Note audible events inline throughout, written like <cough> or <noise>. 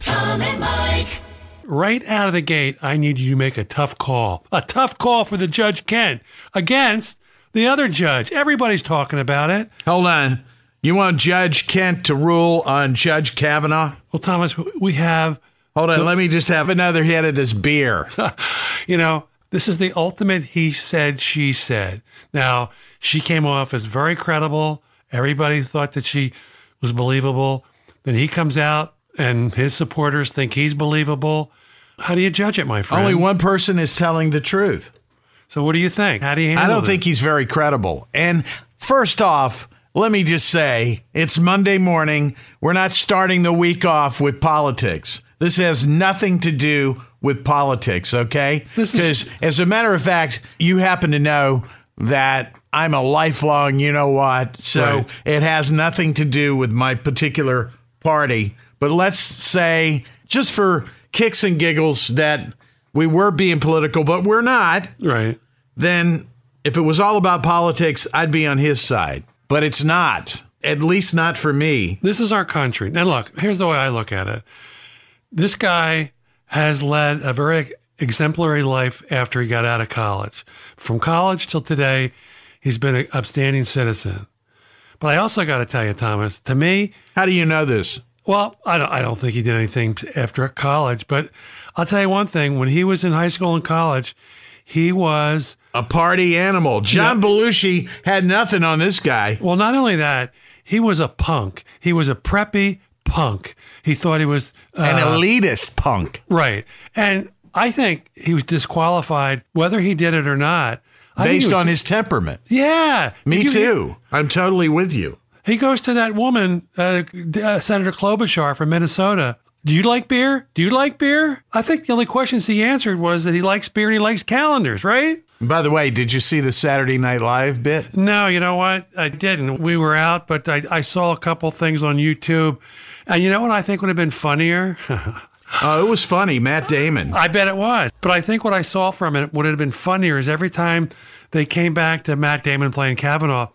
Tom and Mike. Right out of the gate, I need you to make a tough call. A tough call for the Judge Ken against the other judge. Everybody's talking about it. Hold on. You want Judge Kent to rule on Judge Kavanaugh? Well, Thomas, we have, Hold on. Let me just have another hit of this beer. you know, this is the ultimate he said, she said. Now, she came off as very credible. Everybody thought that she was believable. Then he comes out and his supporters think he's believable. How do you judge it, my friend? Only one person is telling the truth. so, what do you think? How do you handle I don't this? think he's very credible. And first off, let me just say it's Monday morning. We're not starting the week off with politics. This has nothing to do with politics, okay? This is- Because as a matter of fact, you happen to know that I'm a lifelong, you know what? So Right. it has nothing to do with my particular party. But let's say, just for kicks and giggles, that we were being political, but we're not Right. then if it was all about politics, I'd be on his side. But it's not, at least not for me. This is our country. Now, look, here's the way I look at it. This guy has led a very exemplary life after he got out of college. From college till today, he's been an upstanding citizen. But I also got to tell you, Thomas, to me, How do you know this? well, I don't, I don't think he did anything after college, but I'll tell you one thing. When he was in high school and college, he was, A party animal. John Belushi had nothing on this guy. well, not only that, he was a punk. He was a preppy punk. He thought he was An elitist punk. Right. And I think he was disqualified whether he did it or not. I think he Based was- on his temperament. Yeah. Me You- too. I'm totally with you. He goes to that woman, uh, D- uh, Senator Klobuchar from Minnesota. Do you like beer? Do you like beer? I think the only questions he answered was that he likes beer and he likes calendars, right? By the way, did you see the Saturday Night Live bit? No, you know what? I didn't. We were out, but I, I saw a couple things on YouTube. And you know what I think would have been funnier? <laughs> Oh, it was funny. Matt Damon. I bet it was. But I think what I saw from it would have been funnier is every time they came back to Matt Damon playing Kavanaugh,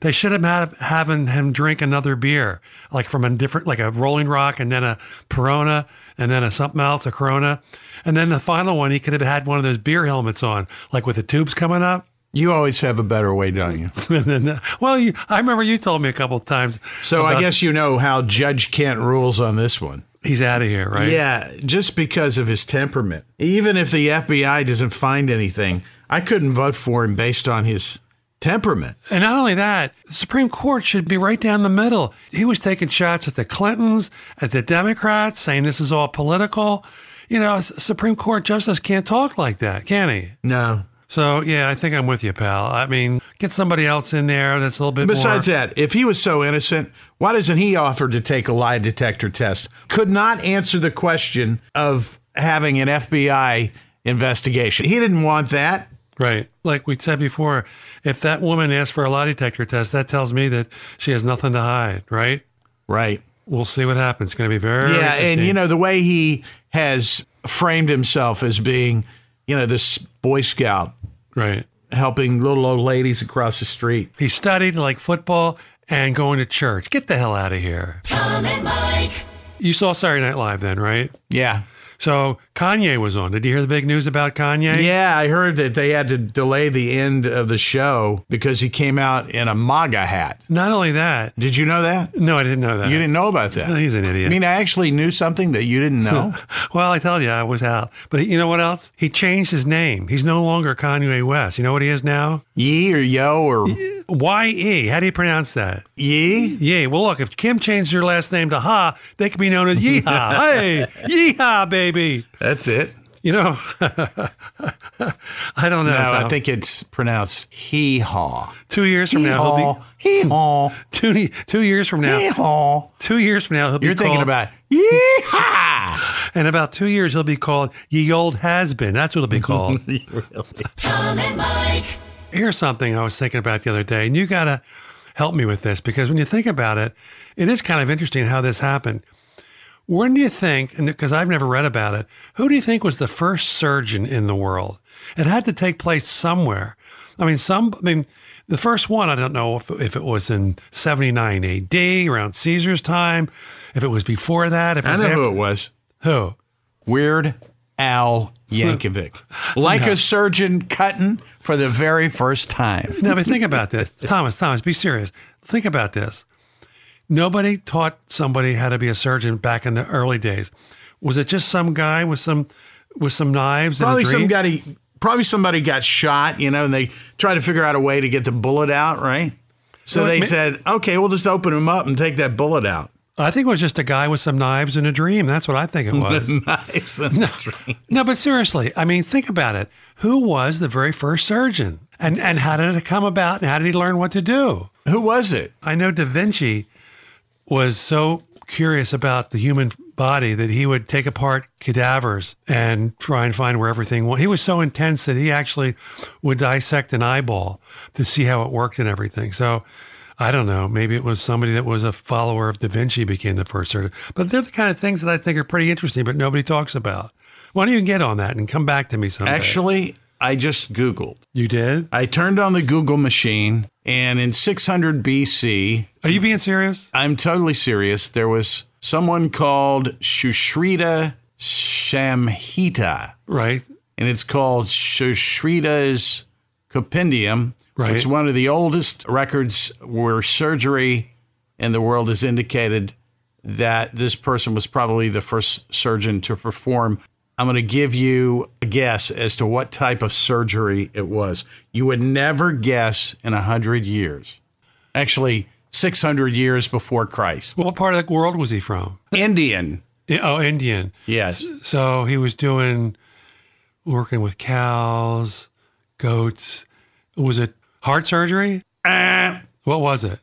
they should have had having him drink another beer, like from a different, like a Rolling Rock, and then a Perona, and then a something else, a Corona, and then the final one he could have had one of those beer helmets on, like with the tubes coming up. <laughs> You always have a better way, don't you? and then, well, you, I remember you told me a couple of times. So I about- guess you know how Judge Kent rules on this one. he's out of here, right? Yeah, just because of his temperament. Even if the FBI doesn't find anything, I couldn't vote for him based on his temperament. And not only that, the Supreme Court should be right down the middle. He was taking shots at the Clintons, at the Democrats, saying this is all political. You know, S- Supreme Court justice can't talk like that, can he? No. So yeah, I think I'm with you, pal. I mean, get somebody else in there that's a little bit Besides more. that, if he was so innocent, why doesn't he offer to take a lie detector test? Could not answer the question of having an FBI investigation. He didn't want that. Right. Like we said before, if that woman asked for a lie detector test, that tells me that she has nothing to hide, right? Right. We'll see what happens. It's going to be very Yeah, and interesting. you know the way he has framed himself as being, you know, this boy scout right. helping little old ladies across the street. He studied like football and going to church. Get the hell out of here. Tom and Mike. You saw Saturday Night Live then, right? Yeah. So Kanye was on. Did you hear the big news about Kanye? Yeah, I heard that they had to delay the end of the show because he came out in a MAGA hat. Not only that, Did you know that? no, I didn't know that. Oh, You didn't know about that. He's an idiot. I mean, I actually knew something that you didn't <laughs> know. well, I tell you, I was out. But you know what else? He changed his name. He's no longer Kanye West. You know what he is now? Ye or yo or Y E. How do you pronounce that? ye? Yee. Well, look, if Kim changed her last name to Ha, they could be known as Yeehaw. <laughs> hey, Yeehaw, baby. That's it. You know, <laughs> I don't know. No, Uh, I Tom. think it's pronounced hee haw. two years from Hee now, he'll be haw. Hee haw. two, two years from now, Hee haw. two years from now, he'll be You're thinking called- about yee haw. And about two years, he'll be called Ye Old Has Been. That's what he'll <laughs> be called. Tom and Mike. Here's something I was thinking about the other day, and you got to help me with this because when you think about it, it is kind of interesting how this happened. When do you think, and because I've never read about it, who do you think was the first surgeon in the world? It had to take place somewhere. I mean, some, I mean, the first one, I don't know if, if it was in 79 AD, around Caesar's time, if it was before that. If it I was know after- who it was. Who? Weird Al <laughs> Yankovic, like a surgeon cutting for the very first time. Now, but think about this, <laughs> Thomas. Thomas, be serious. Think about this. Nobody taught somebody how to be a surgeon back in the early days. Was it just some guy with some with some knives? Probably and a some dream? guy. Probably somebody got shot, you know, and they tried to figure out a way to get the bullet out, right? So Well, they ma- said, "Okay, we'll just open him up and take that bullet out." <laughs> I think it was just a guy with some knives and a dream. That's what I think it was. <laughs> Knives and <laughs> No, but seriously, I mean, think about it. Who was the very first surgeon? And and how did it come about and how did he learn what to do? Who was it? I know Da Vinci was so curious about the human body that he would take apart cadavers and try and find where everything went. He was so intense that he actually would dissect an eyeball to see how it worked and everything. So I don't know. Maybe it was somebody that was a follower of Da Vinci became the first surgeon. But they're the kind of things that I think are pretty interesting, but nobody talks about. Why don't you get on that and come back to me someday? Actually, I just Googled. you did? I turned on the Google machine, and in 600 BC, Are you being serious? I'm totally serious. There was someone called Shushrita Shamhita, Right? and it's called Shushrita's Compendium. Right. It's one of the oldest records where surgery in the world is indicated that this person was probably the first surgeon to perform. I'm going to give you a guess as to what type of surgery it was. You would never guess in 100 years. Actually, 600 years before Christ. What part of the world was he from? Indian. Oh, Indian. Yes. So he was doing working with cows, goats. Was it heart surgery? Ah, What was it?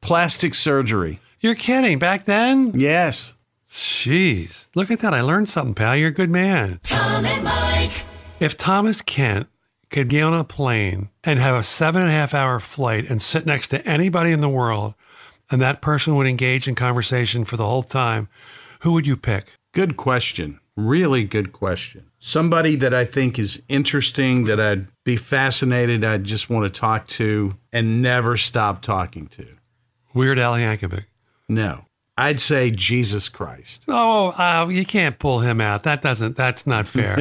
plastic surgery. You're kidding. Back then? Yes. Jeez. Look at that. I learned something, pal. You're a good man. Tom and Mike. If Thomas Kent could get on a plane and have a seven and a half hour flight and sit next to anybody in the world, and that person would engage in conversation for the whole time, who would you pick? Good question. Really good question. Somebody that I think is interesting, that I'd be fascinated, I'd just want to talk to and never stop talking to. Weird Al Yankovic. No. I'd say Jesus Christ. Oh, uh, you can't pull him out. That doesn't. That's not <laughs> fair.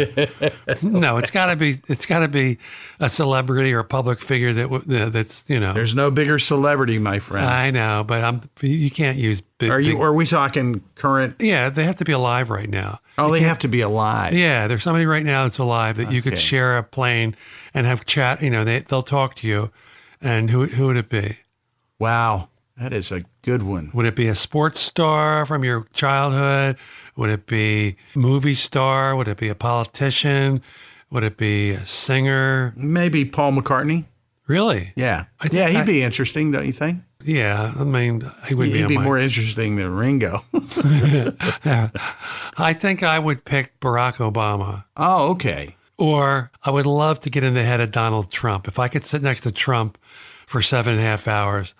no, it's got to be. It's got to be a celebrity or a public figure that w- that- that's you know. There's no bigger celebrity, my friend. I know, but I'm. You can't use big. are you big- are we talking current? yeah, they have to be alive right now. Oh, they have to be alive. Yeah, there's somebody right now that's alive that you could Okay. share a plane and have chat. You know, they they'll talk to you. And who who would it be? Wow. That is a good one. Would it be a sports star from your childhood? Would it be movie star? Would it be a politician? Would it be a singer? Maybe Paul McCartney. Really? Yeah. I think Yeah, he'd I- be interesting, don't you think? Yeah. I mean, he would be, He'd on be my- more interesting than Ringo. <laughs> I think I would pick Barack Obama, oh, okay. or I would love to get in the head of Donald Trump. If I could sit next to Trump for seven and a half hours,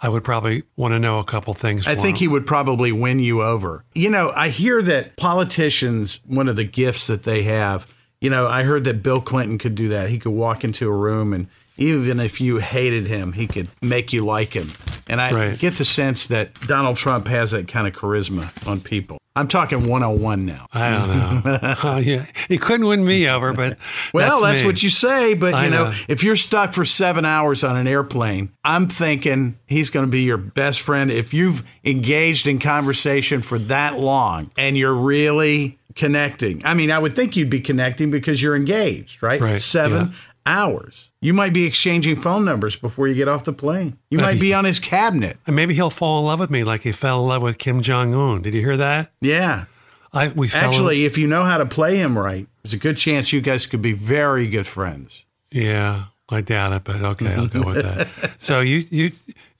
I would probably want to know a couple things. I for think him. he would probably win you over. You know, I hear that politicians, one of the gifts that they have, you know, I heard that Bill Clinton could do that. He could walk into a room and even if you hated him, he could make you like him. And I Right. get the sense that Donald Trump has that kind of charisma on people. I'm talking 101 now. I don't know. <laughs> <laughs> Oh, yeah, he couldn't win me over, but Well, that's, me. what you say, but I you know, know. if you're stuck for seven hours on an airplane, I'm thinking he's going to be your best friend. If you've engaged in conversation for that long and you're really connecting, I mean, I would think you'd be connecting because you're engaged, right? Right, Seven yeah. hours. You might be exchanging phone numbers before you get off the plane. You might be on his cabinet. And maybe he'll fall in love with me like he fell in love with Kim Jong Un. Did you hear that? Yeah. I we fell in- Actually, if you know how to play him right, there's a good chance you guys could be very good friends. Yeah, I doubt it, but okay, I'll go with that. <laughs> So you you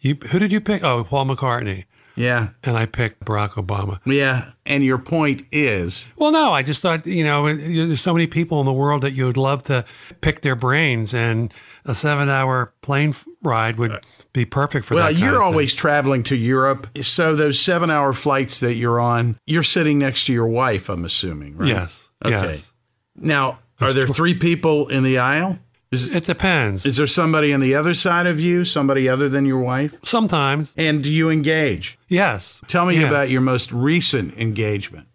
you who did you pick? Oh, Paul McCartney, Yeah. and I picked Barack Obama. Yeah. And your point is Well, no, I just thought you know you- there's so many people in the world that you would love to pick their brains, and a seven-hour plane f- ride would be perfect for Well, that. kind of you're thing. always traveling to Europe. So those seven hour flights that you're on, you're sitting next to your wife, I'm assuming, right? yes, yes. Now, are there three people in the aisle? Is, It depends. is there somebody on the other side of you, somebody other than your wife? Sometimes, And do you engage? yes. Tell me Yeah. about your most recent engagement.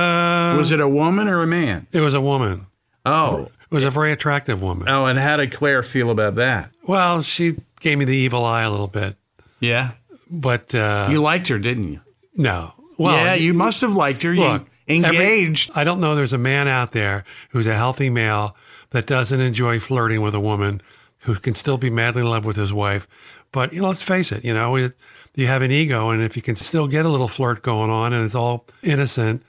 Uh, Was it a woman or a man? it was a woman. Oh. It was a very attractive woman. Oh, and how did Claire feel about that? Well, she gave me the evil eye a little bit, Yeah. but uh, You liked her, didn't you? no. Well, yeah, you must have liked her. look, you every- engaged. I don't know. There's a man out there who's a healthy male that doesn't enjoy flirting with a woman who can still be madly in love with his wife. But you know, let's face it, you know, it, you have an ego, and if you can still get a little flirt going on and it's all innocent,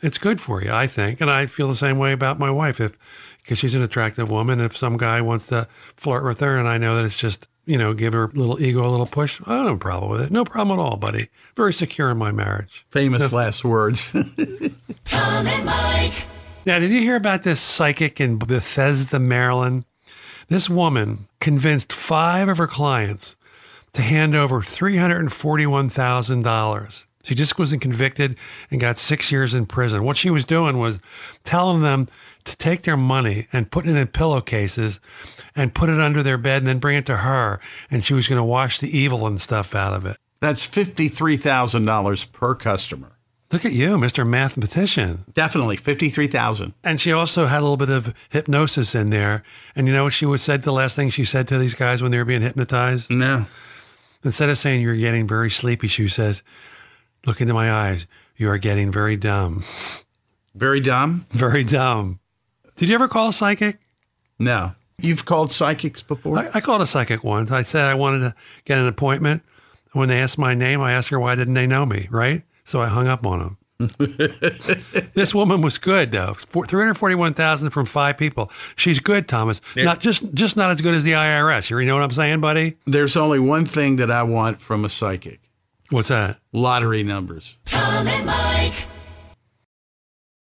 it's good for you, I think. And I feel the same way about my wife if because she's an attractive woman. If some guy wants to flirt with her, and I know that it's just you know, give her little ego a little push. I don't have a problem with it. No problem at all, buddy. Very secure in my marriage. <laughs> Famous last words. Tom and Mike. Now, did you hear about this psychic in Bethesda, Maryland? This woman convinced five of her clients to hand over $341,000. She just wasn't convicted and got six years in prison. What she was doing was telling them to take their money and put it in pillowcases and put it under their bed and then bring it to her. And she was going to wash the evil and stuff out of it. That's $53,000 per customer. Look at you, Mr. Mathematician. Definitely 53000 And she also had a little bit of hypnosis in there. And you know what she was said the last thing she said to these guys when they were being hypnotized? No. Instead of saying you're getting very sleepy, she says, Look into my eyes. You are getting very dumb. <laughs> Very dumb? Very dumb. Did you ever call a psychic? No. You've called psychics before? I, I called a psychic once. I said I wanted to get an appointment. When they asked my name, I asked her why didn't they know me, right? So I hung up on them. this woman was good though. Three hundred forty-one thousand from five people. She's good, Thomas. Not just just not as good as the IRS. You know what I'm saying, buddy? There's only one thing that I want from a psychic What's that? lottery numbers. Tom and Mike.